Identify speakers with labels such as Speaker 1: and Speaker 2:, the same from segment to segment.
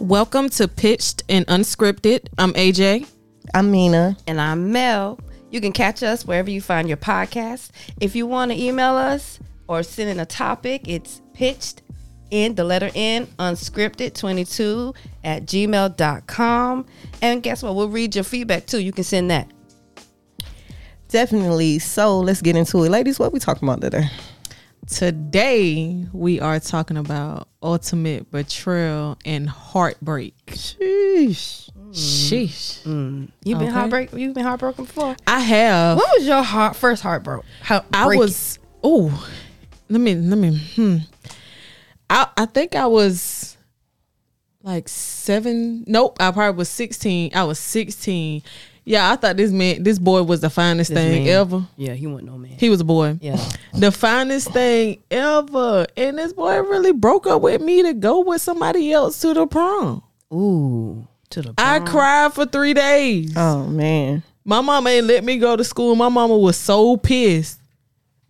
Speaker 1: Welcome to Pitched and Unscripted. I'm AJ.
Speaker 2: I'm Mina.
Speaker 3: And I'm Mel. You can catch us wherever you find your podcast. If you want to email us or send in a topic, it's pitched in the letter N unscripted22 at gmail.com. And guess what? We'll read your feedback too. You can send that.
Speaker 2: Definitely. So let's get into it. Ladies, what we talking about today?
Speaker 1: Today, we are talking about ultimate betrayal and heartbreak.
Speaker 2: Sheesh.
Speaker 1: Sheesh.
Speaker 3: You've been
Speaker 1: Okay.
Speaker 3: heartbreak you've been heartbroken before.
Speaker 1: I have.
Speaker 3: When was your heart first heartbroken?
Speaker 1: I was. Oh, let me. Let me. Hmm. I I think I was like seven. Nope. I probably was sixteen. I was sixteen. Yeah, I thought this man, this boy was the finest thing ever.
Speaker 3: Yeah, he wasn't no man.
Speaker 1: He was a boy.
Speaker 3: Yeah.
Speaker 1: The finest thing ever. And this boy really broke up with me to go with somebody else to the prom.
Speaker 3: Ooh. To the
Speaker 1: I cried for three days.
Speaker 2: Oh man.
Speaker 1: My mama ain't let me go to school. My mama was so pissed.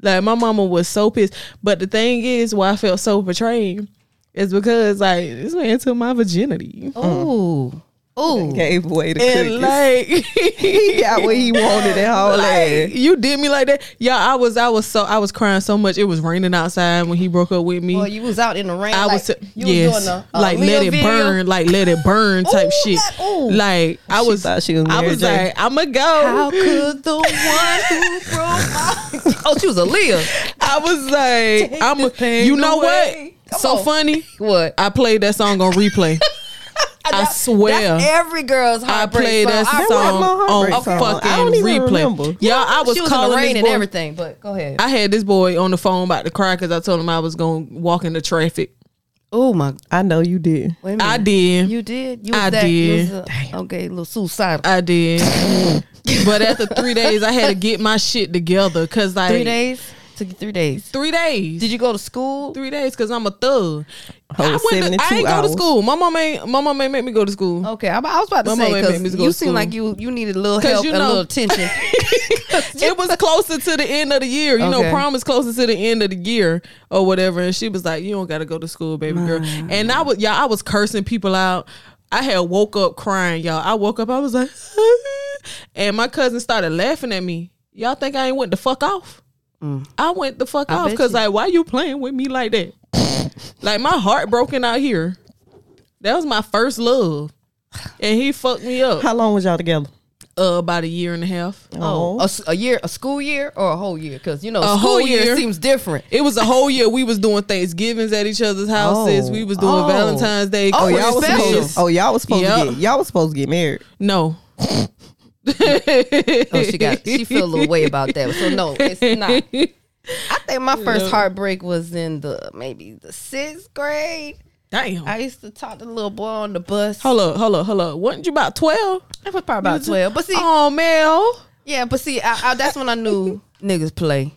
Speaker 1: Like my mama was so pissed. But the thing is, why I felt so betrayed is because like this man took my virginity.
Speaker 2: Oh.
Speaker 3: mm. Ooh. Ooh.
Speaker 2: Gave way to
Speaker 1: And
Speaker 2: cookies.
Speaker 1: like
Speaker 2: he got what he wanted and all
Speaker 1: like
Speaker 2: that.
Speaker 1: you did me like that. Yeah, I was I was so I was crying so much. It was raining outside when he broke up with me.
Speaker 3: Well, you was out in the rain.
Speaker 1: I
Speaker 3: like,
Speaker 1: was t-
Speaker 3: you
Speaker 1: yes,
Speaker 3: was doing the uh,
Speaker 1: like
Speaker 3: Lil
Speaker 1: let it
Speaker 3: video.
Speaker 1: burn, like let it burn type
Speaker 3: Ooh,
Speaker 1: shit.
Speaker 3: that- ooh.
Speaker 1: like I was,
Speaker 2: thought she was
Speaker 1: I
Speaker 2: Mary
Speaker 1: was
Speaker 2: J.
Speaker 1: like, I'ma go.
Speaker 3: How could the one who broke my Oh, she was Aaliyah.
Speaker 1: I was like, I'm.
Speaker 3: this pain
Speaker 1: You know
Speaker 3: away.
Speaker 1: what?
Speaker 3: Come
Speaker 1: so
Speaker 3: on.
Speaker 1: funny.
Speaker 3: What?
Speaker 1: I played that song on replay. I swear.
Speaker 3: That's every girl's
Speaker 1: I
Speaker 3: heartbreak.
Speaker 1: played
Speaker 3: song.
Speaker 1: that
Speaker 3: I-
Speaker 2: That
Speaker 1: song
Speaker 2: wasn't my
Speaker 1: on
Speaker 2: heartbreak song.
Speaker 1: fucking
Speaker 2: I don't even remember.
Speaker 1: replay. Yeah, I was,
Speaker 3: she was in
Speaker 1: calling
Speaker 3: the rain
Speaker 1: this
Speaker 3: and
Speaker 1: boy.
Speaker 3: everything, but go ahead.
Speaker 1: I had this boy on the phone about to cry because I told him I was going to walk into traffic.
Speaker 3: oh my
Speaker 2: I know you did.
Speaker 3: wait a minute.
Speaker 1: I did.
Speaker 3: Mm. You did? You
Speaker 1: I
Speaker 3: was that,
Speaker 1: did.
Speaker 3: You was a, okay, a little suicidal.
Speaker 1: I did. but after three days, I had to get my shit together because like
Speaker 3: three days? Took you three days.
Speaker 1: Three days.
Speaker 3: Did you go to school?
Speaker 1: three days because I'm a thug.
Speaker 2: Whole
Speaker 1: I, went to, I
Speaker 2: 72
Speaker 1: ain't go to
Speaker 2: hours.
Speaker 1: school. My mom ain't. My mom ain't make me go to school.
Speaker 3: Okay, I, I was about to
Speaker 1: My mama
Speaker 3: say
Speaker 1: made me
Speaker 3: because
Speaker 1: go
Speaker 3: you
Speaker 1: to school.
Speaker 3: seem like you you needed a little help,
Speaker 1: you
Speaker 3: and
Speaker 1: know-
Speaker 3: a little attention.
Speaker 1: it was closer to the end of the year. You know,
Speaker 3: Okay.
Speaker 1: prom is closer to the end of the year or whatever. And she was like, "You don't got to go to school, baby girl." And I was, yeah, I was cursing people out. I had woke up crying, y'all. I woke up, I was like, and my cousin started laughing at me. Y'all think I ain't went the fuck off? I went the fuck off
Speaker 3: Mm. bet
Speaker 1: because
Speaker 3: you-
Speaker 1: like, why you playing with me like that? like my heart broken out here. That was my first love, and he fucked me up
Speaker 2: How long was y'all together?
Speaker 1: uh, about a year and a half.
Speaker 3: Oh, a, s- a year, a school year, or a whole year? Because you know,
Speaker 1: A
Speaker 3: school
Speaker 1: whole
Speaker 3: year,
Speaker 1: year.
Speaker 3: seems different.
Speaker 1: It was a whole year. We was doing Thanksgivings at each other's houses.
Speaker 2: Oh.
Speaker 1: we was doing
Speaker 3: Oh.
Speaker 1: Valentine's Day.
Speaker 3: Oh,
Speaker 1: Christmas.
Speaker 2: y'all was
Speaker 3: special.
Speaker 2: supposed. To, oh, y'all was supposed
Speaker 1: Yep.
Speaker 2: to get. Y'all was supposed to get married.
Speaker 1: no.
Speaker 3: Oh, she got she feel a little way about that. So no, it's not. I think my first heartbreak was in the maybe the sixth grade.
Speaker 1: Damn.
Speaker 3: I used to talk to the little boy on the bus.
Speaker 1: hold up, hold up, hold up. Wasn't you about twelve?
Speaker 3: I was probably about twelve. But see,
Speaker 1: Oh, Mel.
Speaker 3: yeah, but see, I, I, that's when I knew niggas play.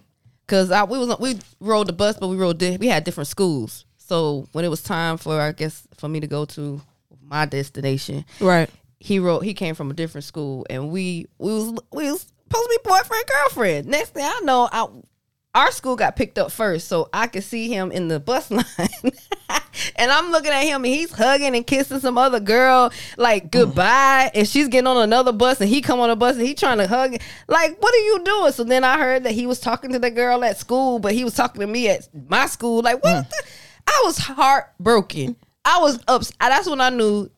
Speaker 3: Cause I we was on- we rode the bus, but we rode di- we had different schools. So when it was time for I guess for me to go to my destination,
Speaker 1: Right.
Speaker 3: he wrote he came from a different school and we we was we was supposed to be boyfriend girlfriend next thing i know I, our school got picked up first so i could see him in the bus line and i'm looking at him and he's hugging and kissing some other girl like goodbye and she's getting on another bus and he come on a bus and he trying to hug like what are you doing so then i heard that he was talking to the girl at school but he was talking to me at my school like what the? i was heartbroken i was ups that's when i knew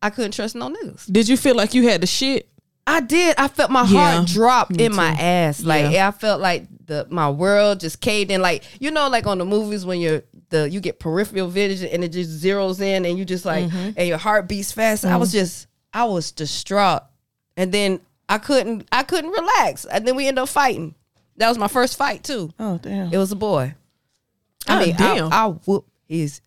Speaker 3: I couldn't trust no niggas.
Speaker 1: Did you feel like you had the shit?
Speaker 3: I did. I felt my
Speaker 1: Yeah,
Speaker 3: heart drop in my ass. Like
Speaker 1: Yeah.
Speaker 3: I felt like the my world just caved in. Like you know, like on the movies when you're the you get peripheral vision and it just zeroes in and you just like
Speaker 1: Mm-hmm.
Speaker 3: and your heart beats fast. I
Speaker 1: Mm.
Speaker 3: was just I was distraught, and then I couldn't I couldn't relax, and then we end up fighting. That was my first fight too.
Speaker 2: Oh damn.
Speaker 3: It was a boy.
Speaker 1: Oh,
Speaker 3: I mean,
Speaker 1: damn.
Speaker 3: I, I whoop his ass.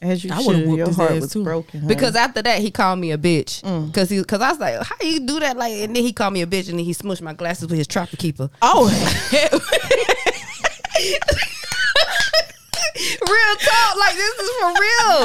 Speaker 2: As you
Speaker 1: I would've
Speaker 2: should.
Speaker 1: whooped
Speaker 2: Your
Speaker 1: his
Speaker 2: heart
Speaker 1: ass
Speaker 2: was
Speaker 1: too.
Speaker 2: broken. honey.
Speaker 3: Because after that, he called me a bitch.
Speaker 2: Mm.
Speaker 3: Cause he, cause I was like, how you do that? Like, and then he called me a bitch, and then he smushed my glasses with his trapper keeper.
Speaker 1: Oh,
Speaker 3: real talk, like this is for real.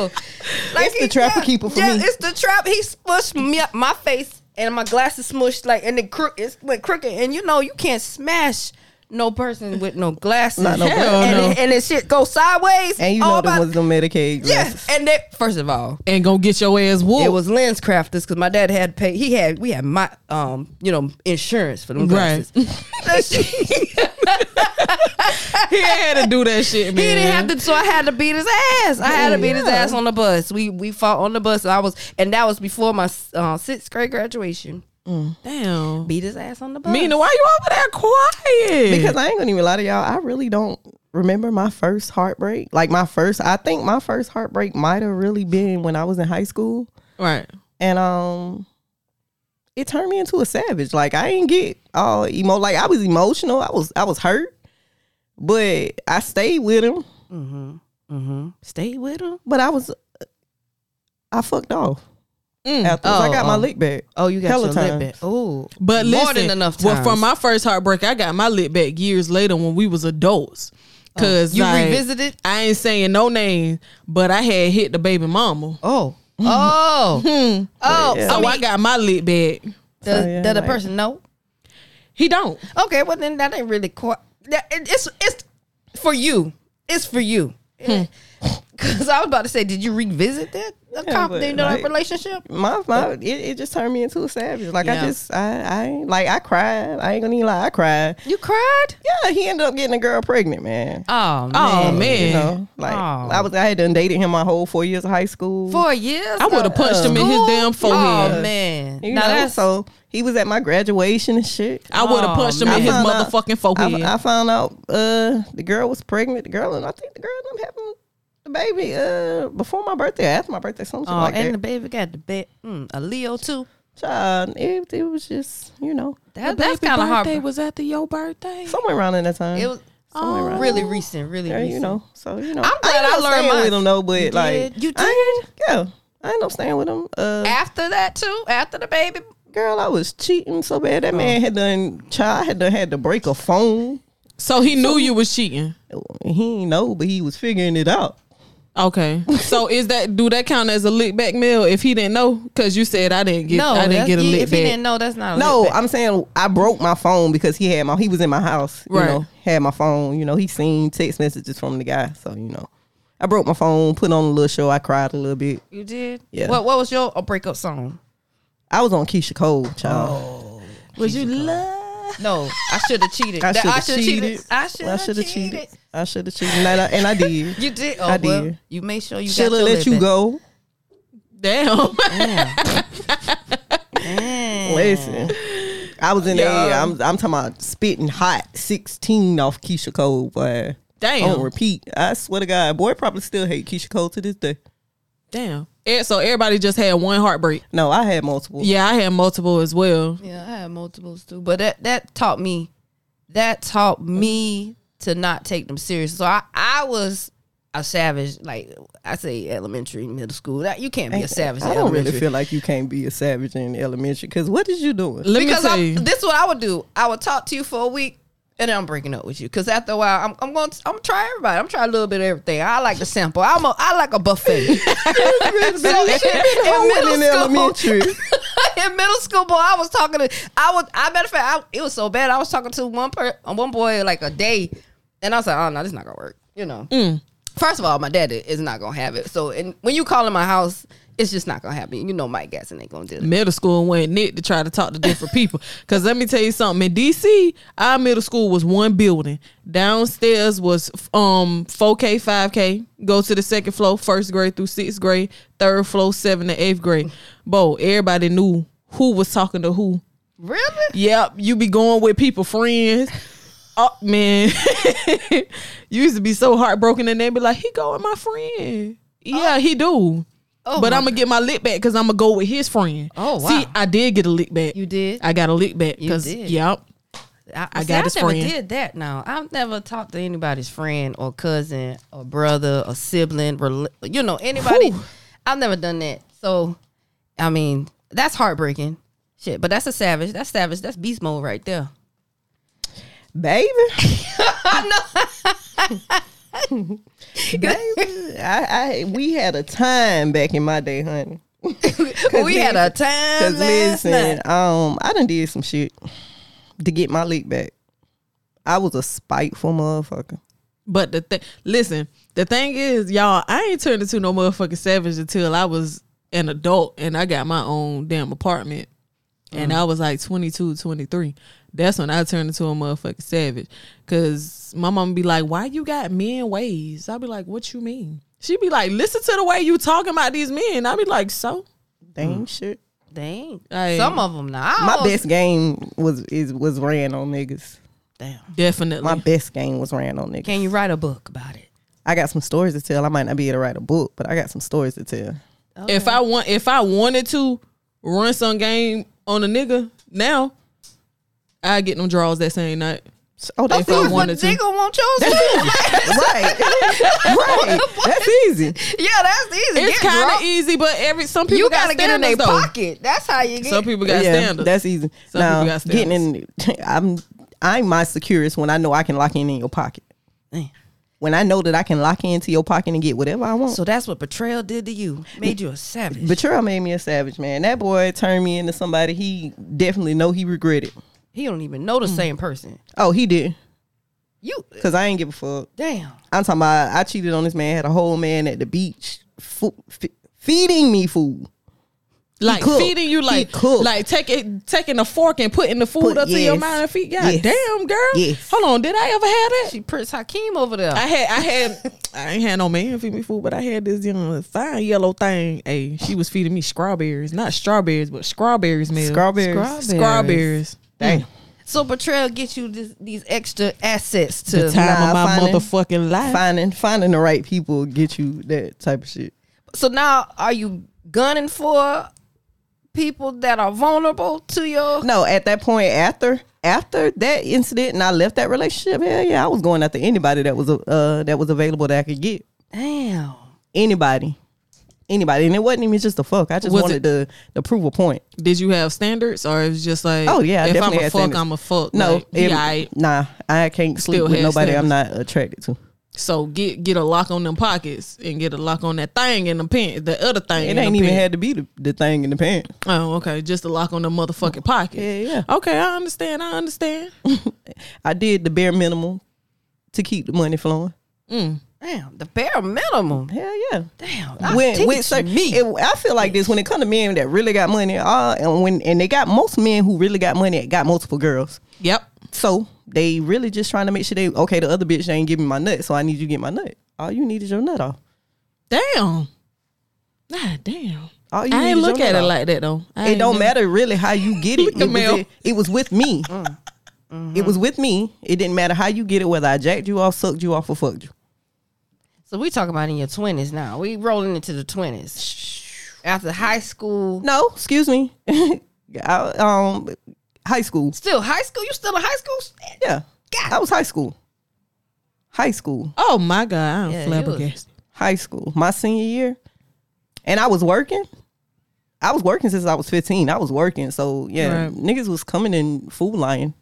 Speaker 3: Like
Speaker 2: It's the trapper keeper for me.
Speaker 3: It's the trap. He smushed me up my face. and my glasses smushed like and it, crook, it went crooked and you know you can't smash no person with no glasses
Speaker 2: Not no
Speaker 3: and,
Speaker 1: Hell no.
Speaker 3: it, and it shit go sideways
Speaker 2: And you
Speaker 3: all
Speaker 2: know them
Speaker 3: about-
Speaker 2: was the Medicaid.
Speaker 3: yeah
Speaker 2: glasses.
Speaker 3: and that first of all
Speaker 1: and gonna get your ass whooped.
Speaker 3: it was lens crafters because my dad had paid. He had we had my um you know insurance for them
Speaker 1: Right.
Speaker 3: glasses. he
Speaker 1: he ain't had to do that shit, man.
Speaker 3: didn't have to, so I had to beat his ass. I had to beat his
Speaker 1: Yeah.
Speaker 3: ass on the bus. We we fought on the bus. And I was and that was before my uh, sixth grade graduation.
Speaker 1: Damn.
Speaker 3: Beat his ass on the bus.
Speaker 1: Mina, why you over there quiet?
Speaker 2: Because I ain't gonna even lie to y'all, I really don't remember my first heartbreak. Like my first, I think my first heartbreak might have really been when I was in high school,
Speaker 1: right.
Speaker 2: and um, it turned me into a savage. Like I ain't get all emo. Like I was emotional. I was I was hurt, but I stayed with him.
Speaker 3: stay with him.
Speaker 2: But I was, I fucked off.
Speaker 1: Mm.
Speaker 2: Afterwards, I
Speaker 3: Oh,
Speaker 2: got my
Speaker 3: oh.
Speaker 2: lick back.
Speaker 3: Oh, you got
Speaker 2: Hella
Speaker 3: your lip
Speaker 2: times.
Speaker 3: back. Oh,
Speaker 1: But
Speaker 3: more
Speaker 1: listen,
Speaker 3: than enough. Times.
Speaker 1: Well, from my first heartbreak, I got my lip back years later when we was adults. Cause
Speaker 3: you
Speaker 1: like,
Speaker 3: revisited.
Speaker 1: I ain't saying no name, but I had hit the baby mama.
Speaker 3: Oh, oh,
Speaker 1: Hmm.
Speaker 3: oh.
Speaker 2: Yeah.
Speaker 1: So
Speaker 3: So
Speaker 1: I got my lip back.
Speaker 3: does,
Speaker 2: So, yeah,
Speaker 3: does the
Speaker 2: like-
Speaker 3: person know?
Speaker 1: He don't.
Speaker 3: Okay, well then that ain't really quite. That, it, it's it's for you. It's for you. Because I was about to say, did you revisit that the
Speaker 2: Yeah,
Speaker 3: comp,
Speaker 2: but,
Speaker 3: you know, that
Speaker 2: like-
Speaker 3: relationship?
Speaker 2: My
Speaker 3: Oh.
Speaker 2: my, it, it just turned me into a savage. Like
Speaker 1: Yeah.
Speaker 2: I just I I ain't- like I cried. I ain't gonna even lie. I cried.
Speaker 3: You cried.
Speaker 2: Yeah, he ended up getting a girl pregnant, man.
Speaker 3: Oh man,
Speaker 1: Oh man.
Speaker 2: You know, like
Speaker 3: Aw.
Speaker 2: I was, I had done dated him my whole four years of high school.
Speaker 3: four years.
Speaker 1: I would've
Speaker 3: of
Speaker 1: punched him in his
Speaker 3: school?
Speaker 1: damn forehead.
Speaker 3: Oh man,
Speaker 2: you
Speaker 3: now
Speaker 2: know,
Speaker 3: that's
Speaker 2: so he was at my graduation and shit.
Speaker 1: I would have
Speaker 3: Oh,
Speaker 1: punched him
Speaker 3: man.
Speaker 1: in his
Speaker 2: I found out-
Speaker 1: motherfucking forehead.
Speaker 2: I, I found out uh, the girl was pregnant. The girl and I think the girl and I'm having the baby uh, before my birthday, after my birthday, something
Speaker 3: Oh,
Speaker 2: like
Speaker 3: and the
Speaker 2: that.
Speaker 3: baby got the bed. Mm, a Leo too.
Speaker 2: Child, it, it was just you know
Speaker 3: That, that's kind of hard. It
Speaker 1: was after your birthday.
Speaker 2: somewhere around in that time.
Speaker 3: was
Speaker 2: somewhere around.
Speaker 3: really recent. Really
Speaker 2: Yeah,
Speaker 3: recent.
Speaker 2: you know, so you know,
Speaker 3: I'm glad
Speaker 2: ended
Speaker 3: I
Speaker 2: up
Speaker 3: learned
Speaker 2: staying
Speaker 3: mine.
Speaker 2: with him though, but
Speaker 3: You
Speaker 2: like
Speaker 3: did? You
Speaker 2: I ain't, yeah, I ended up staying with him. Uh,
Speaker 3: After that too. After the baby.
Speaker 2: Girl, I was cheating so bad. That
Speaker 3: Oh.
Speaker 2: man had done child had done had to break a phone.
Speaker 1: So he knew you was cheating.
Speaker 2: He ain't know, but he was figuring it out.
Speaker 1: Okay. So is that do that count as a lick back meal if he didn't know? Cause you said I didn't get
Speaker 3: no,
Speaker 1: I didn't
Speaker 3: that's-
Speaker 1: get a
Speaker 3: you-
Speaker 1: lick
Speaker 3: If he
Speaker 1: back.
Speaker 3: didn't know, that's not a
Speaker 2: No,
Speaker 3: lick back.
Speaker 2: I'm saying I broke my phone because he had my he was in my house. You
Speaker 1: Right.
Speaker 2: know, had my phone. You know, he seen text messages from the guy. So, you know. I broke my phone, put on a little show, I cried a little bit.
Speaker 3: You did?
Speaker 2: Yeah.
Speaker 3: What what was your uh, breakup song?
Speaker 2: I was on Keisha Cole, child.
Speaker 3: Oh.
Speaker 1: was you love?
Speaker 3: No, I should have cheated.
Speaker 2: I
Speaker 3: That-
Speaker 2: should have
Speaker 3: shoulda
Speaker 2: cheated.
Speaker 3: I should
Speaker 2: I
Speaker 3: have
Speaker 2: should have
Speaker 3: cheated.
Speaker 2: cheated. I should have cheated. And I, and I did.
Speaker 3: You did. Oh,
Speaker 2: I
Speaker 3: well,
Speaker 2: did.
Speaker 3: You made sure you
Speaker 2: Should have
Speaker 3: got your
Speaker 2: let
Speaker 3: lip
Speaker 2: you
Speaker 3: back.
Speaker 2: go.
Speaker 1: Damn.
Speaker 2: Listen, I was in the
Speaker 1: Yo.
Speaker 2: air. I'm, I'm talking about spitting hot 16 off Keisha Cole, but
Speaker 1: Damn.
Speaker 2: on repeat. I swear to God, boy probably still hate Keisha Cole to this day.
Speaker 1: Damn. Eh, So everybody just had one heartbreak.
Speaker 2: No, I had multiple.
Speaker 1: Yeah, I had multiple as well.
Speaker 3: Yeah, I had multiples too, but that that taught me, that taught me to not take them serious. So I I was a savage. Like I say, elementary, middle school. That you can't be a savage. in
Speaker 2: I don't really
Speaker 3: elementary.
Speaker 2: feel like you can't be a savage in elementary because what is you doing?
Speaker 1: Let
Speaker 3: because
Speaker 1: me tell
Speaker 3: I'm,
Speaker 1: you.
Speaker 3: this is what I would do. I would talk to you for a week, and then I'm breaking up with you. Because after a while, I'm, I'm going. To, I'm try everybody. I'm trying a little bit of everything. I like the sample. I'm a. I like a buffet. so shit, in
Speaker 2: Hoeing in
Speaker 3: middle school,
Speaker 2: elementary.
Speaker 3: in middle school, boy, I was talking to. I was. I matter of fact, I, it was so bad. I was talking to one per one boy like a day, and I was like, oh no, this not gonna work. You know.
Speaker 1: Mm.
Speaker 3: First of all, my dad is not gonna have it. So, and when you call in my house, it's just not gonna happen. You know, Mike Gasson ain't gonna do it.
Speaker 1: middle school went knit to try to talk to different people. Cause let me tell you something. In DC, our middle school was one building. Downstairs was um 4K, 5K. Go to the second floor, first grade through sixth grade, third floor, seventh to eighth grade. Bo, everybody knew who was talking to who.
Speaker 3: Really?
Speaker 1: Yep, you be going with people friends. Oh man, you used to be so heartbroken, and they be like, "He go with my friend." Yeah, he do.
Speaker 3: Oh,
Speaker 1: but
Speaker 3: my
Speaker 1: I'm gonna get my lick back because I'm gonna go with his friend.
Speaker 3: Oh,
Speaker 1: See,
Speaker 3: wow.
Speaker 1: I did get a lick back.
Speaker 3: You did?
Speaker 1: I got a lick back because
Speaker 3: did.
Speaker 1: yep.
Speaker 3: I,
Speaker 1: I
Speaker 3: see,
Speaker 1: got
Speaker 3: I
Speaker 1: his
Speaker 3: never
Speaker 1: friend.
Speaker 3: did that. Now I've never talked to anybody's friend or cousin or brother or sibling. rel- You know anybody?
Speaker 1: Whew.
Speaker 3: I've never done that. So, I mean, that's heartbreaking. Shit, but that's a savage. That's savage. That's beast mode right there.
Speaker 2: Baby. Baby. I, I, we had a time back in my day, honey.
Speaker 3: we had a time
Speaker 2: Cause
Speaker 3: last
Speaker 2: listen,
Speaker 3: night.
Speaker 2: um, I done did some shit to get my lick back. I was a spiteful motherfucker.
Speaker 1: But the thing, listen, the thing is, y'all, I ain't turned into no motherfucking savage until I was an adult and I got my own damn apartment. And I was like 22, 23. That's when I turned into a motherfucking savage. Cause my mom be like, why you got men ways? I be like, what you mean? She be like, listen to the way you talking about these men. I be like, so?
Speaker 2: Dang shit.
Speaker 3: Dang,
Speaker 1: Hey.
Speaker 3: some of them now. Mm. I
Speaker 2: My
Speaker 3: almost-
Speaker 2: best game was is was ran on niggas.
Speaker 3: Damn.
Speaker 1: Definitely.
Speaker 2: My best game was ran on niggas.
Speaker 3: Can you write a book about it?
Speaker 2: I got some stories to tell. I might not be able to write a book, but I got some stories to tell.
Speaker 1: If I want, if I wanted to run some game on a nigga now, I get them draws that same night.
Speaker 2: Oh, that's
Speaker 1: If I
Speaker 2: easy.
Speaker 1: want-
Speaker 3: What
Speaker 1: wanted to.
Speaker 3: nigga want your
Speaker 2: That's easy. right. right. That's easy.
Speaker 3: Yeah, that's easy.
Speaker 1: It's
Speaker 3: Get
Speaker 1: kind
Speaker 3: drunk.
Speaker 1: of easy, but every some people
Speaker 3: You
Speaker 1: got
Speaker 3: gotta get in their
Speaker 1: standards, though.
Speaker 3: pocket. That's how you get.
Speaker 1: Some people got standards.
Speaker 2: That's easy.
Speaker 1: Some
Speaker 2: now,
Speaker 1: people got
Speaker 2: getting in, I'm I'm my securest when I know I can lock in in your pocket.
Speaker 3: Man.
Speaker 2: When I know that I can lock into your pocket and get whatever I want.
Speaker 3: So that's what betrayal did to you. Made you a savage.
Speaker 2: Betrayal made me a savage man. That boy turned me into somebody he definitely know he regretted.
Speaker 3: he don't even know the
Speaker 2: Mm.
Speaker 3: same person.
Speaker 2: Oh, he did.
Speaker 3: You
Speaker 2: Cause I ain't give a fuck.
Speaker 3: damn.
Speaker 2: I'm talking about I cheated on this man. Had a whole man at the beach fu- fe- feeding me food.
Speaker 1: Like
Speaker 2: cook.
Speaker 1: feeding you,
Speaker 2: He
Speaker 1: like
Speaker 2: cook.
Speaker 1: like taking taking a fork and putting the food
Speaker 2: Put-
Speaker 1: up to your
Speaker 2: yes.
Speaker 1: mouth and feet. God
Speaker 2: Yes.
Speaker 1: damn, girl.
Speaker 2: Yes.
Speaker 1: Hold on, did I ever have that?
Speaker 3: She Prince Hakeem over there.
Speaker 1: I had, I had, I ain't had no man feed me food, but I had this young fine yellow thing. Hey, she was feeding me strawberries, not strawberries, but strawberries, man.
Speaker 2: Strawberries. Mm.
Speaker 1: strawberries.
Speaker 2: Damn.
Speaker 3: so betrayal gets you this, these extra assets to.
Speaker 1: The time
Speaker 2: Nah,
Speaker 1: of my
Speaker 2: finding-
Speaker 1: motherfucking life.
Speaker 2: Finding finding the right people will get you that type of shit.
Speaker 3: So now, are you gunning for people that are vulnerable to your?
Speaker 2: No, at that point after after that incident and I left that relationship, hell yeah, I was going after anybody that was uh that was available that I could get.
Speaker 3: Damn.
Speaker 2: Anybody. Anybody. And it wasn't even just a fuck. I just
Speaker 1: Was
Speaker 2: wanted to to prove a point.
Speaker 1: Did you have standards, or it was just like,
Speaker 2: Oh, yeah, I
Speaker 1: if I'm
Speaker 2: definitely
Speaker 1: a
Speaker 2: had
Speaker 1: fuck,
Speaker 2: standards.
Speaker 1: I'm a fuck.
Speaker 2: No,
Speaker 1: like, he
Speaker 2: it-
Speaker 1: aight.
Speaker 2: nah, I can't sleep
Speaker 1: Still
Speaker 2: with
Speaker 1: had
Speaker 2: nobody I'm not attracted to.
Speaker 1: So get get a lock on them pockets and get a lock on that thing in the pants, the other thing.
Speaker 2: It
Speaker 1: in
Speaker 2: ain't
Speaker 1: the
Speaker 2: even
Speaker 1: pants.
Speaker 2: had to be the, the thing in the pants.
Speaker 1: Oh, okay, just a lock on the motherfucking pockets.
Speaker 2: Yeah,
Speaker 1: yeah. Okay, I understand. I understand.
Speaker 2: I did the bare minimum to keep the money flowing.
Speaker 3: Damn. The bare minimum.
Speaker 2: Hell yeah.
Speaker 3: Damn. I
Speaker 2: when,
Speaker 3: teach
Speaker 2: when cer-
Speaker 3: me.
Speaker 2: it- I feel like this when it comes to men that really got money, uh, and when and they got most men who really got money got multiple girls.
Speaker 1: Yep.
Speaker 2: So they really just trying to make sure they okay. The other bitch ain't giving me my nut, so I need you to get my nut. All you need is your nut off.
Speaker 1: Damn. Nah, damn.
Speaker 2: All you
Speaker 1: I
Speaker 2: need
Speaker 1: ain't
Speaker 2: is
Speaker 1: look
Speaker 2: your
Speaker 1: at it
Speaker 2: nut off.
Speaker 1: like that though. I
Speaker 2: It
Speaker 1: ain't
Speaker 2: don't
Speaker 1: look-
Speaker 2: matter really how you get it.
Speaker 1: the Mm. Mm-hmm.
Speaker 2: It was,
Speaker 1: mail.
Speaker 2: it, it was with me. It was with me. It didn't matter how you get it, whether I jacked you off, sucked you off, or fucked you.
Speaker 3: So we talking about in your twenties now. We rolling into the twenties after high school.
Speaker 2: No, excuse me. I, um, high school.
Speaker 3: Still high school. You still in high school? Shit.
Speaker 2: Yeah,
Speaker 3: God.
Speaker 2: I was high school. High school.
Speaker 1: Oh my god, I'm
Speaker 3: Yeah, you was-
Speaker 1: flabbergasted.
Speaker 2: high school, my senior year, and I was working. I was working since I was 15. I was working, so yeah,
Speaker 1: Right.
Speaker 2: niggas was coming in food lying.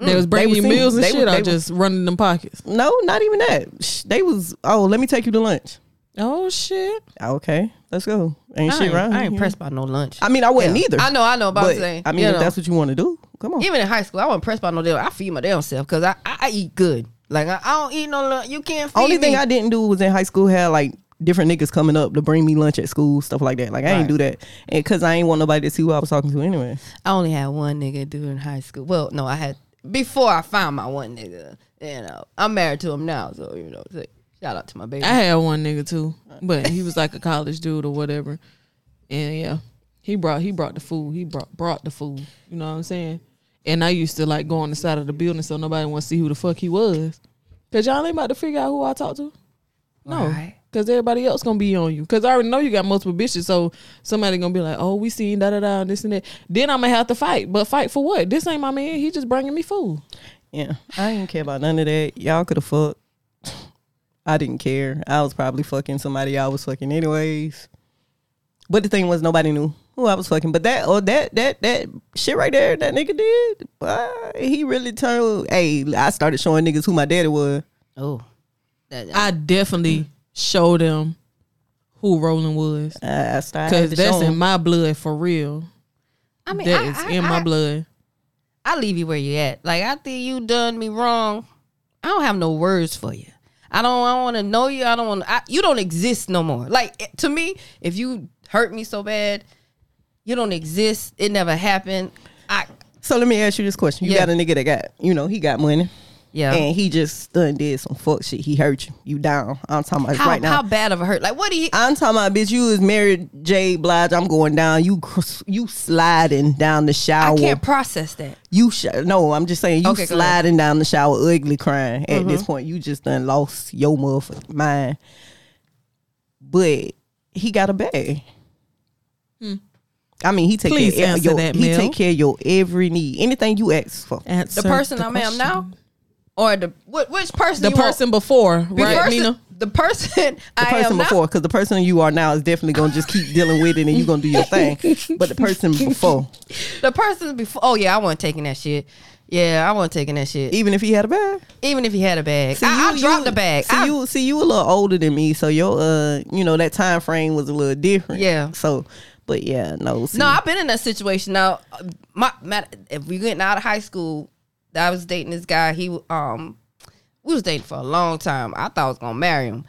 Speaker 1: They was bringing
Speaker 2: was
Speaker 1: you
Speaker 2: seeing-
Speaker 1: meals and
Speaker 2: they
Speaker 1: shit.
Speaker 2: was-
Speaker 1: I
Speaker 2: they was-
Speaker 1: just running them pockets.
Speaker 2: No, not even that. Sh- They was, oh, let me take you to lunch. Ah,
Speaker 1: Oh shit.
Speaker 2: Okay, let's go. Ain't
Speaker 3: I
Speaker 2: shit
Speaker 3: ain't,
Speaker 2: around.
Speaker 3: I ain't
Speaker 2: here.
Speaker 3: pressed by no lunch.
Speaker 2: I mean, I wasn't either.
Speaker 3: I know, I know, but, I'm
Speaker 2: but
Speaker 3: saying,
Speaker 2: I mean,
Speaker 3: you
Speaker 2: if
Speaker 3: know,
Speaker 2: that's what you want to do, come on.
Speaker 3: even in high school, I wasn't pressed by no deal. I feed my damn self because I, I I eat good. Like I, I don't eat no lunch. You can't feed
Speaker 2: Only
Speaker 3: me.
Speaker 2: thing I didn't do was in high school had like different niggas coming up to bring me lunch at school, stuff like that. Like I ain't do that, and because I ain't want nobody to see who I was talking to anyway.
Speaker 3: I only had one nigga during high school. Well, no, I had before I found my one nigga. You know, I'm married to him now, so you know. so Shout out to my baby.
Speaker 1: I had one nigga too, but he was like a college dude or whatever, and yeah, he brought he brought the food. He brought brought the food. You know what I'm saying? And I used to like go on the side of the building so nobody want to see who the fuck he was, cause y'all ain't about to figure out who I talk to. No,
Speaker 3: Right.
Speaker 1: cause everybody else gonna be on you. Cause I already know you got multiple bitches, so somebody gonna be like, oh, we seen da da da and this and that. Then I'm gonna have to fight, but fight for what? This ain't my man. He just bringing me food.
Speaker 2: Yeah, I didn't care about none of that. Y'all could have fucked. I didn't care. I was probably fucking somebody I was fucking anyways. But the thing was, nobody knew who I was fucking. But that or that that that shit right there that nigga did, boy, he really turned. Hey, I started showing niggas who my daddy was.
Speaker 3: oh, That-
Speaker 1: I definitely show them who Roland was.
Speaker 2: I, I started
Speaker 1: Cause
Speaker 2: at the
Speaker 1: that's
Speaker 2: show.
Speaker 1: in my blood for real.
Speaker 3: I mean,
Speaker 1: That
Speaker 3: I,
Speaker 1: is
Speaker 3: I-
Speaker 1: in my
Speaker 3: I-
Speaker 1: blood.
Speaker 3: I leave you where you at. Like I think you done me wrong. I don't have no words for you. I don't. I don't want to know you. I don't want. I, you don't exist no more. Like it- to me, if you hurt me so bad, you don't exist. It never happened. I
Speaker 2: so let me ask you this question: You
Speaker 3: Yeah.
Speaker 2: got a nigga that got you know he got money.
Speaker 3: yeah.
Speaker 2: And he just done did some fuck shit. He hurt you. You down. I'm talking about
Speaker 3: how
Speaker 2: right now.
Speaker 3: how bad of a hurt? Like what do you?
Speaker 2: I'm talking about bitch. You is married, Jay Blige. I'm going down. You cr- you sliding down the
Speaker 3: I,
Speaker 2: shower.
Speaker 3: can't process that.
Speaker 2: you sh- no. I'm just saying you
Speaker 3: Okay, go ahead. Mm-hmm.
Speaker 2: sliding down the shower, ugly crying. At this point, you just done lost your motherfucking mind. But he got a bag.
Speaker 3: Hmm.
Speaker 2: I mean, he take
Speaker 1: Please
Speaker 2: care of
Speaker 1: answer
Speaker 2: your,
Speaker 1: that,
Speaker 2: he
Speaker 1: Mel.
Speaker 2: take care of your every need, anything you ask for.
Speaker 1: Answer
Speaker 3: The person I'm
Speaker 1: question.
Speaker 3: am now, or the what? Which person?
Speaker 1: The
Speaker 3: you want?
Speaker 1: person before, right,
Speaker 3: person,
Speaker 1: Mina?
Speaker 3: The person.
Speaker 2: the
Speaker 3: I
Speaker 2: person
Speaker 3: am now-
Speaker 2: before because the person you are now is definitely going to just keep dealing with it and you're going to do your thing but the person before
Speaker 3: The person before. Oh yeah, I wasn't taking that shit. Yeah, I wasn't taking that shit.
Speaker 2: even if he had a bag
Speaker 3: Even if he had a bag, I, I dropped the bag.
Speaker 2: see
Speaker 3: I-
Speaker 2: you see you a little older than me so your uh you know that time frame was a little different
Speaker 3: Yeah.
Speaker 2: so but yeah no see,
Speaker 3: no, I've been in that situation. Now, uh, my, my if we getting out of high school, I was dating this guy. He um, we was dating for a long time. I thought I was gonna marry him,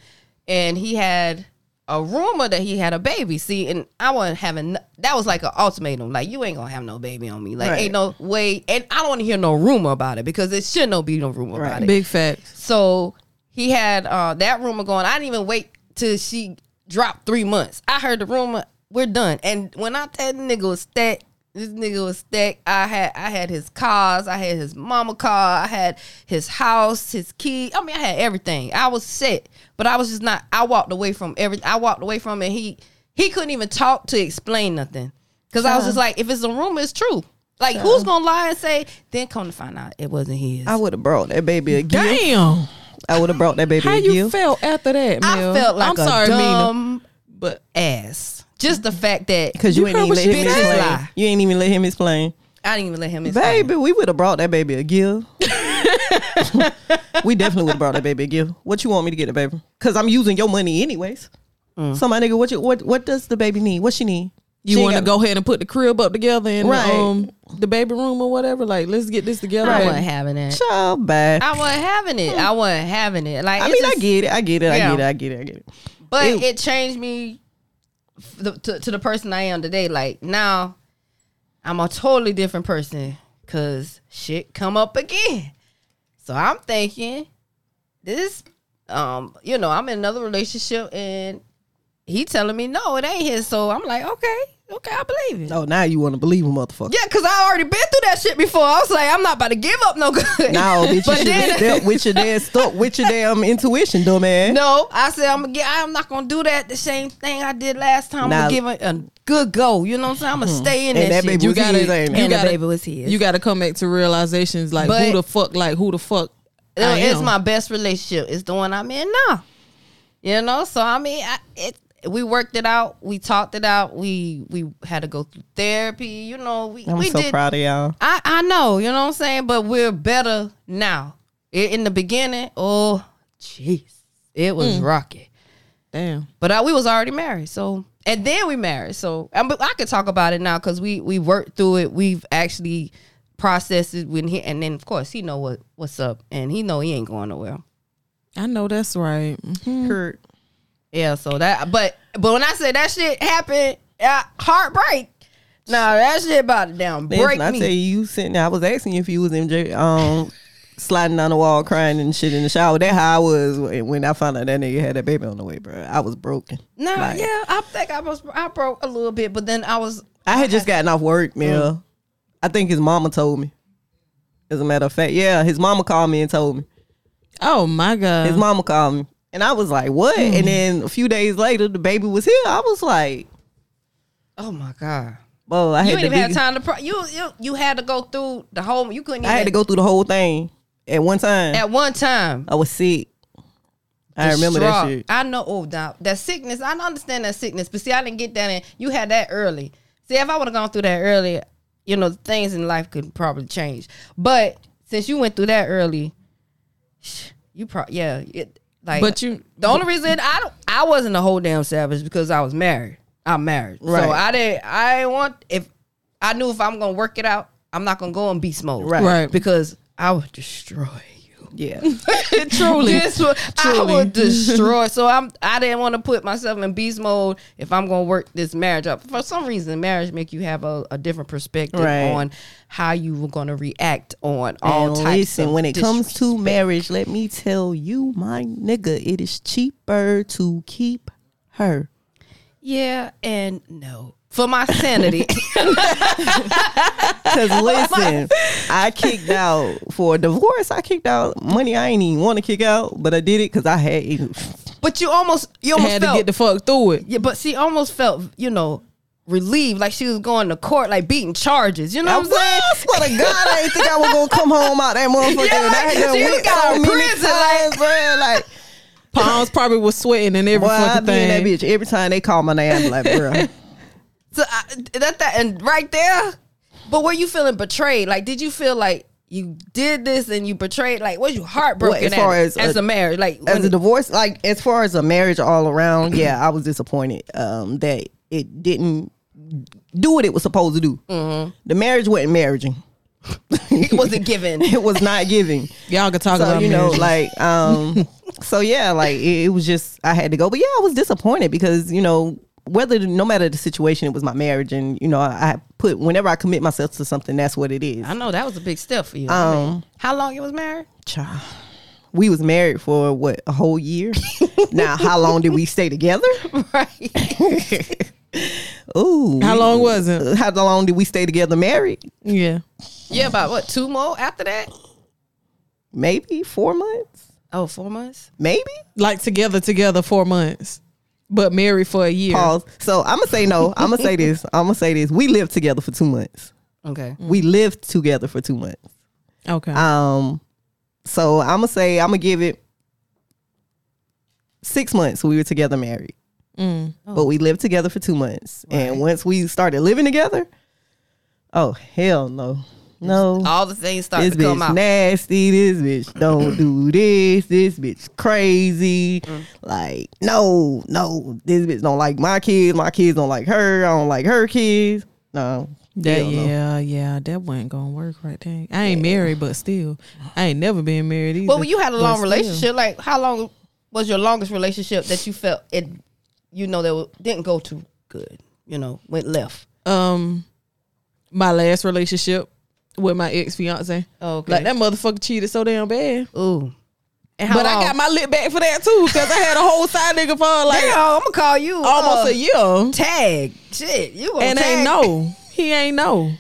Speaker 3: and he had a rumor that he had a baby. See, and I wasn't having. no- That was like an ultimatum. Like you ain't gonna have no baby on me. Like
Speaker 2: Right.
Speaker 3: ain't no way. And I don't want to hear no rumor about it because it should not be no rumor
Speaker 2: Right.
Speaker 3: about it.
Speaker 1: Big facts.
Speaker 3: So he had uh, that rumor going. I didn't even wait till she dropped three months. I heard the rumor. We're done. And when I tell the nigga was stacked, this nigga was stacked. I had I had his cars. I had his mama car. I had his house, his key. I mean, I had everything. I was set, but I was just not. I walked away from every. I walked away from it. He he couldn't even talk to explain nothing because I was just like, if it's a rumor, it's true. Like, who's gonna lie and say? Then come to find out, it wasn't his.
Speaker 2: i would have brought that baby a gift
Speaker 1: Damn.
Speaker 2: i would have brought that baby
Speaker 1: How
Speaker 2: a
Speaker 1: you
Speaker 2: gift
Speaker 1: felt after that, Mel?
Speaker 3: I felt like
Speaker 1: I'm sorry, Mina.
Speaker 3: dumb
Speaker 1: But
Speaker 3: ass. Just the fact that
Speaker 2: because you,
Speaker 1: You
Speaker 2: ain't
Speaker 1: heard
Speaker 2: even
Speaker 1: what
Speaker 2: let
Speaker 1: she
Speaker 2: him
Speaker 3: said.
Speaker 2: explain
Speaker 3: Lie.
Speaker 2: you ain't even let him explain
Speaker 3: I didn't even let him. explain.
Speaker 2: Baby, we would have brought that baby a gift. we definitely would have brought that baby a gift. What you want me to get a baby? Because I'm using your money anyways.
Speaker 3: Mm.
Speaker 2: So my nigga, what you what what does the baby need? What she need?
Speaker 1: you want to go ahead and put the crib up together and
Speaker 2: Right.
Speaker 1: the, um the baby room or whatever? Like, let's get this together.
Speaker 3: I
Speaker 1: baby.
Speaker 3: wasn't having it.
Speaker 2: Child back. I,
Speaker 3: I wasn't having it. I wasn't having it. Like it's
Speaker 2: mean,
Speaker 3: just-
Speaker 2: I get it. I get it.
Speaker 3: Yeah.
Speaker 2: I get it. I get it. I get it.
Speaker 3: but
Speaker 2: Ew.
Speaker 3: it changed me f- the, to, to the person I am today. Like now, I'm a totally different person because shit come up again. So I'm thinking this, um, you know, I'm in another relationship and he telling me no, it ain't his. So I'm like, okay, okay, I believe it.
Speaker 2: Oh, now you want to believe a motherfucker?
Speaker 3: Yeah, because I already been through that shit before. I was like, I'm not about to give up no good.
Speaker 2: No, bitch, you
Speaker 3: But
Speaker 2: should have
Speaker 3: then-
Speaker 2: stuck with your damn stuck with your damn intuition, dumbass.
Speaker 3: No, I said I'm gonna get. I'm not gonna do that. The same thing I did last time.
Speaker 2: Nah.
Speaker 3: I'm gonna give it a good go. You know what I'm saying? I'm gonna stay in
Speaker 2: And
Speaker 3: that,
Speaker 2: Hmm. that
Speaker 3: shit.
Speaker 2: baby
Speaker 1: You
Speaker 2: was
Speaker 1: gotta,
Speaker 2: his, ain't it?
Speaker 1: you
Speaker 3: And the
Speaker 1: gotta,
Speaker 3: baby was his.
Speaker 1: You gotta come back to realizations like
Speaker 3: But-
Speaker 1: who the fuck, like who the fuck.
Speaker 3: It-
Speaker 1: I
Speaker 3: it's
Speaker 1: am.
Speaker 3: my best relationship. It's the one I'm in now. You know, so I mean, I, it. We worked it out. We talked it out. We we had to go through therapy. You know, we
Speaker 2: I'm
Speaker 3: we
Speaker 2: so
Speaker 3: did
Speaker 2: proud of y'all.
Speaker 3: I, I know, you know what I'm saying? But we're better now. I- In the beginning, oh, jeez, it was
Speaker 2: Hmm.
Speaker 3: rocky.
Speaker 1: Damn.
Speaker 3: But I, we was already married, so and then we married. So and, but I could talk about it now because we we worked through it. We've actually processed it when he and then of course he know what what's up and he know he ain't going nowhere.
Speaker 1: I know that's right. Mhm.
Speaker 3: Mm.
Speaker 2: Kurt.
Speaker 3: Yeah, so that but but when I say that shit happened, uh, heartbreak. Nah, that shit about to down break
Speaker 2: Listen, I
Speaker 3: me.
Speaker 2: tell you, you sitting there, I was asking you if you was MJ, um, sliding down the wall, crying and shit in the shower. That how I was when I found out that nigga had that baby on the way, bro. I was broken.
Speaker 3: No,
Speaker 2: Like,
Speaker 3: yeah, I think I was I broke a little bit, but then I was
Speaker 2: I had just gotten off work, man.
Speaker 3: Mm.
Speaker 2: I think his mama told me. As a matter of fact, yeah, his mama called me and told me.
Speaker 1: Oh my
Speaker 2: His
Speaker 1: god.
Speaker 2: mama called me, and I was like, "What?"
Speaker 3: Mm.
Speaker 2: And then a few days later, the baby was here. I was like,
Speaker 3: oh my god.
Speaker 2: "Well, I
Speaker 3: You
Speaker 2: had
Speaker 3: didn't
Speaker 2: the
Speaker 3: even have
Speaker 2: big,
Speaker 3: time to pro- you you you had to go through the whole you couldn't even
Speaker 2: I had to go through the whole thing at one time.
Speaker 3: at one time.
Speaker 2: I was sick. I remember that
Speaker 3: Distraught.
Speaker 2: shit.
Speaker 3: I know oh that, that sickness. I understand that sickness, but see I didn't get that in you had that early. See if I would have gone through that early, you know, things in life could probably change. But since you went through that early, you probably yeah, it, Like,
Speaker 1: But you-
Speaker 3: the only reason I don't, I wasn't a whole damn savage because I was married. I'm married,
Speaker 2: Right.
Speaker 3: so I didn't. I didn't want if I knew if I'm gonna work it out, I'm not gonna go in beast mode,
Speaker 2: Right.
Speaker 1: Right.
Speaker 3: Because I would destroy you.
Speaker 2: Yeah.
Speaker 1: Truly.
Speaker 3: This would, I
Speaker 1: Truly.
Speaker 3: would destroy. So I'm. I didn't want to put myself in beast mode if I'm gonna work this marriage up. For some reason, marriage make you have a, a different perspective
Speaker 2: Right.
Speaker 3: on how you were gonna react on all
Speaker 2: and
Speaker 3: types.
Speaker 2: listen,
Speaker 3: of
Speaker 2: when it comes to
Speaker 3: disrespect.
Speaker 2: marriage, let me tell you, my nigga, it is cheaper to keep her.
Speaker 3: Yeah, and no. For my sanity.
Speaker 2: Cause listen, I kicked out for a divorce. I kicked out money I ain't even want to kick out, but I did it because I had.
Speaker 3: but you almost you almost
Speaker 1: had to
Speaker 3: felt
Speaker 1: get the fuck through it.
Speaker 3: Yeah, but she almost felt, you know, relieved like she was going to court like beating charges. You know
Speaker 2: I
Speaker 3: what I'm saying?
Speaker 2: was, swear to God, I ain't think I was gonna come home out that motherfucker.
Speaker 3: Yeah,
Speaker 2: and I had
Speaker 3: like,
Speaker 2: done
Speaker 3: you
Speaker 2: went
Speaker 3: got
Speaker 2: so
Speaker 3: in
Speaker 2: many
Speaker 3: prison,
Speaker 2: times,
Speaker 3: like-
Speaker 2: bruh, like
Speaker 1: Pounds probably was sweating and every
Speaker 2: boy, I
Speaker 1: fucking
Speaker 2: be in that
Speaker 1: thing.
Speaker 2: bitch every time they call my name. I'm like, bruh.
Speaker 3: So I, that that and right there. But were you feeling betrayed? Like did you feel like you did this and you betrayed like was you heartbroken
Speaker 2: What, as far
Speaker 3: at-
Speaker 2: as a-
Speaker 3: as a marriage? Like
Speaker 2: as
Speaker 3: when-
Speaker 2: a divorce, like as far as a marriage all around, yeah, I was disappointed um, that it didn't do what it was supposed to do.
Speaker 1: Mm-hmm.
Speaker 2: The marriage wasn't marriaging.
Speaker 3: it wasn't given.
Speaker 2: It was not giving.
Speaker 1: Y'all can talk
Speaker 2: so
Speaker 1: about
Speaker 2: you know,
Speaker 1: marriage.
Speaker 2: like, um, so yeah, like it, it was just I had to go, but yeah, I was disappointed because you know whether no matter the situation, it was my marriage, and you know I, I put whenever I commit myself to something, that's what it is.
Speaker 3: I know that was a big step for you. I mean,
Speaker 2: Um,
Speaker 3: how long you was married?
Speaker 2: child. We was married for what a whole year. now, how long did we stay together?
Speaker 3: Right.
Speaker 2: Ooh,
Speaker 1: how long was it?
Speaker 2: Uh, How long did we stay together married?
Speaker 1: Yeah.
Speaker 3: Yeah, about what, two more after that?
Speaker 2: Maybe four months.
Speaker 3: Oh, four months?
Speaker 2: Maybe.
Speaker 1: Like together, together four months, but married for a year.
Speaker 2: Pause. So I'm gonna say no. I'm gonna say this. I'm gonna say this. We lived together for two months.
Speaker 3: Okay.
Speaker 2: We lived together for two months.
Speaker 1: Okay.
Speaker 2: Um, so I'm gonna say I'm gonna give it six months. We were together married,
Speaker 3: Mm.
Speaker 2: but we lived together for two months. And once we started living together, oh hell no, no.
Speaker 3: All the things start
Speaker 2: This
Speaker 3: to come
Speaker 2: bitch
Speaker 3: out.
Speaker 2: nasty. This bitch don't do this. This bitch crazy.
Speaker 3: Mm.
Speaker 2: Like no, no. This bitch don't like my kids. My kids don't like her. I don't like her kids. No,
Speaker 1: that,
Speaker 2: hell no.
Speaker 1: yeah, yeah, that wasn't gonna work right there. I ain't married, but still, I ain't never been married either.
Speaker 3: Well, when you had a
Speaker 1: but
Speaker 3: long
Speaker 1: still.
Speaker 3: relationship, like how long was your longest relationship that you felt it, you know, that wa- didn't go too good, you know, went left?
Speaker 1: um, my last relationship with my ex fiance,
Speaker 3: Okay.
Speaker 1: like that motherfucker cheated so damn bad.
Speaker 3: Ooh. And how
Speaker 1: But I got my lip back for that too, cause I had a whole side nigga for like
Speaker 3: I'm gonna call you
Speaker 1: almost a
Speaker 3: uh,
Speaker 1: year.
Speaker 3: tag. Shit, you gonna
Speaker 1: and
Speaker 3: tag.
Speaker 1: ain't know he ain't know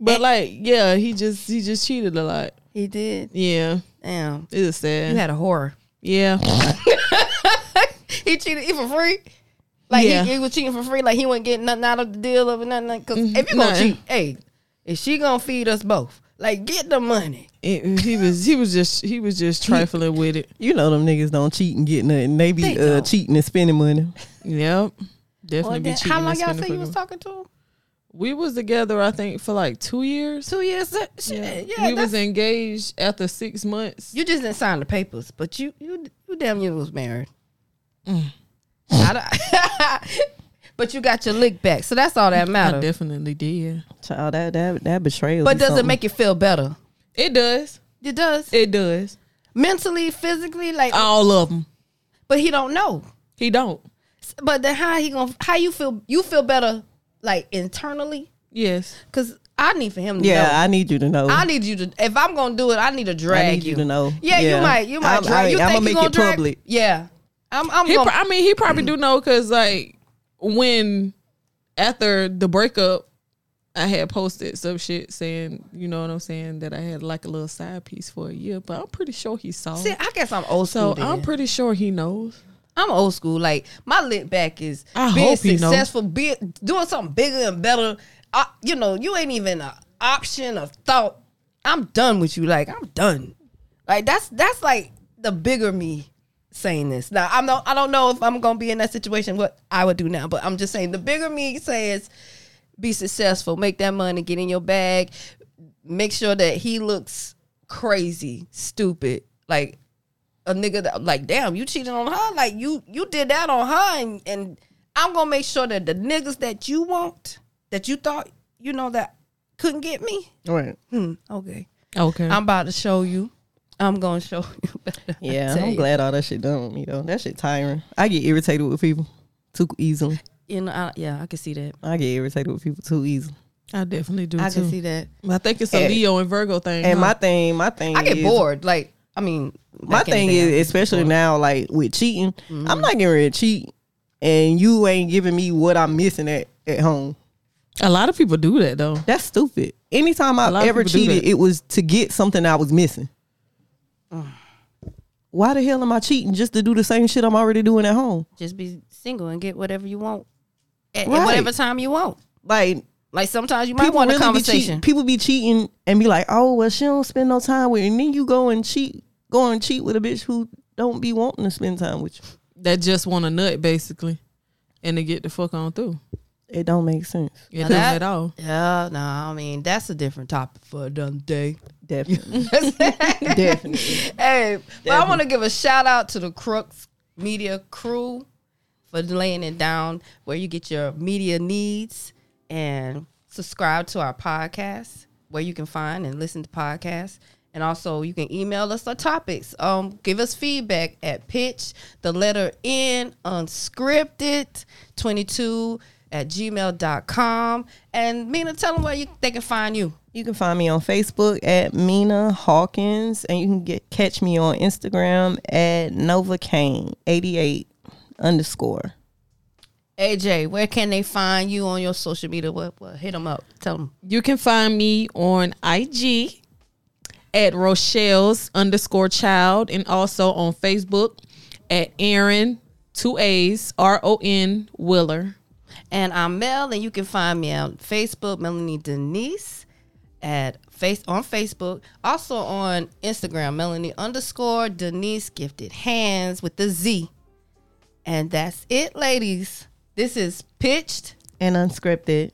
Speaker 1: but
Speaker 3: And-
Speaker 1: like yeah he just he just cheated a lot
Speaker 3: He did.
Speaker 1: yeah
Speaker 3: Damn,
Speaker 1: it's sad
Speaker 3: you had a horror.
Speaker 1: yeah
Speaker 3: He cheated he for free. Like
Speaker 1: Yeah.
Speaker 3: he, he was cheating for free. Like he wasn't getting nothing out of the deal of it. Nothing. Like, Cause if you gonna
Speaker 1: Mm-hmm. Nothing.
Speaker 3: cheat, hey, if she gonna feed us both, like get the money.
Speaker 1: It- he was he was just he was just trifling with it
Speaker 2: You know them niggas don't cheat and get nothing. They be
Speaker 3: They
Speaker 2: uh,
Speaker 3: don't.
Speaker 2: cheating and spending money.
Speaker 1: yep
Speaker 3: Well,
Speaker 1: definitely be
Speaker 3: then,
Speaker 1: cheating
Speaker 3: how
Speaker 1: and
Speaker 3: long y'all
Speaker 1: spending
Speaker 3: say you
Speaker 1: for
Speaker 3: was
Speaker 1: them.
Speaker 3: talking to him?
Speaker 1: we was together i think for like two years
Speaker 3: Two years. uh, Shit. Yeah,
Speaker 1: we
Speaker 3: that's-
Speaker 1: was engaged after six months
Speaker 3: You just didn't sign the papers, but you you you damn near was married.
Speaker 1: Mm.
Speaker 3: I don't- but you got your lick back, so that's all that
Speaker 1: i
Speaker 3: matters.
Speaker 1: definitely did
Speaker 2: Child, that that that betrayal.
Speaker 3: But
Speaker 2: be
Speaker 3: does it
Speaker 2: something.
Speaker 3: make you feel better?
Speaker 1: it does
Speaker 3: It does.
Speaker 1: it does
Speaker 3: Mentally, physically, like.
Speaker 1: all of them
Speaker 3: but he don't know.
Speaker 1: he don't
Speaker 3: S- But then how he gonna? How you feel? You feel better, like internally,
Speaker 1: yes
Speaker 3: because I need for him to
Speaker 2: Yeah,
Speaker 3: know.
Speaker 2: I need you to know.
Speaker 3: I need you to. If I'm gonna do it, I need to drag
Speaker 2: need you to know.
Speaker 3: Yeah,
Speaker 2: Yeah.
Speaker 3: you might. You might.
Speaker 2: I'm-
Speaker 3: drag.
Speaker 2: I-
Speaker 3: you
Speaker 2: I'ma
Speaker 3: think
Speaker 2: make
Speaker 3: you gonna
Speaker 2: it
Speaker 3: drag?
Speaker 2: public.
Speaker 3: Yeah, I'm. I'm
Speaker 1: He,
Speaker 3: gonna.
Speaker 1: pro- I mean, he probably do know because like when after the breakup, I had posted some shit saying, you know what I'm saying, that I had like a little side piece for a year, but I'm pretty sure he saw.
Speaker 3: see,
Speaker 1: it.
Speaker 3: I guess I'm old
Speaker 1: so
Speaker 3: school. then.
Speaker 1: I'm pretty sure he knows.
Speaker 3: I'm old school. Like my lit back is
Speaker 1: I
Speaker 3: being
Speaker 1: hope he know.
Speaker 3: successful, be, doing something bigger and better. Uh, you know, you ain't even an option of thought. I'm done with you. Like I'm done. Like that's that's like the bigger me saying this. Now I'm not. I don't know if I'm gonna be in that situation. What I would do now, but I'm just saying the bigger me says be successful, make that money, get in your bag, make sure that he looks crazy, stupid, like a nigga that like, damn, you cheated on her, like you you did that on her, and, and I'm gonna make sure that the niggas that you want, that you thought you know that couldn't get me.
Speaker 2: Right.
Speaker 3: Hmm. Okay,
Speaker 1: Okay.
Speaker 3: I'm about to show you. I'm gonna show you. better.
Speaker 2: Yeah,
Speaker 3: Tell
Speaker 2: I'm
Speaker 3: you.
Speaker 2: glad all that shit done with me though. That shit tiring. I get irritated with people too easily.
Speaker 3: You know, I, yeah, I can see that.
Speaker 2: I get irritated with people too easily.
Speaker 1: I definitely do
Speaker 3: I
Speaker 1: too.
Speaker 3: can see that.
Speaker 1: I think it's a
Speaker 2: And-
Speaker 1: Leo and Virgo thing.
Speaker 2: And
Speaker 1: huh?
Speaker 2: my thing, my thing,
Speaker 3: I get
Speaker 2: is-
Speaker 3: bored. Like, I mean,
Speaker 2: My
Speaker 3: back in the
Speaker 2: thing
Speaker 3: day, I
Speaker 2: is,
Speaker 3: get
Speaker 2: especially
Speaker 3: bored.
Speaker 2: now, like with cheating,
Speaker 3: Mm-hmm.
Speaker 2: I'm not getting ready to cheat, and you ain't giving me what I'm missing at at home.
Speaker 1: a lot of people do that though.
Speaker 2: That's stupid. Anytime
Speaker 1: lot
Speaker 2: I
Speaker 1: of
Speaker 2: ever
Speaker 1: people do
Speaker 2: cheated,
Speaker 1: that.
Speaker 2: it was to get something I was missing. Why the hell am I cheating just to do the same shit I'm already doing at home?
Speaker 3: just be single and get whatever you want at, at
Speaker 2: Right.
Speaker 3: whatever time you want.
Speaker 2: Like
Speaker 3: Like sometimes you might
Speaker 2: people
Speaker 3: want a
Speaker 2: really be
Speaker 3: conversation.
Speaker 2: cheating. People be cheating and be like, "Oh, well, she don't spend no time with," you. and then you go and cheat, go and cheat with a bitch who don't be wanting to spend time with you.
Speaker 1: That just want a nut basically, and to get the fuck on through.
Speaker 2: It don't make sense.
Speaker 1: It
Speaker 3: Now
Speaker 1: doesn't
Speaker 3: that-
Speaker 1: at all.
Speaker 3: Yeah, no, I mean that's a different topic for another day.
Speaker 2: Definitely,
Speaker 3: hey,
Speaker 2: definitely.
Speaker 3: but I want to give a shout out to the Crooks Media crew for laying it down where you get your media needs and subscribe to our podcast where you can find and listen to podcasts. And also you can email us our topics. Um, give us feedback at pitch the letter N unscripted 22 at gmail.com. And Mina, tell them where you, they can find you.
Speaker 2: You can find me on Facebook at Mina Hawkins, and you can get catch me on Instagram at Nova Kane eighty eight underscore.
Speaker 3: AJ, where can they find you on your social media? What, what hit them up? Tell them.
Speaker 1: You can find me on IG at Rochelle's underscore child and also on Facebook at Aaron two A's R O N Willer.
Speaker 3: And I'm Mel, and you can find me on Facebook, Melanie Denise, at face on Facebook, also on Instagram, Melanie underscore Denise Gifted Hands with the Z. And that's it, ladies. This is pitched.
Speaker 2: And unscripted.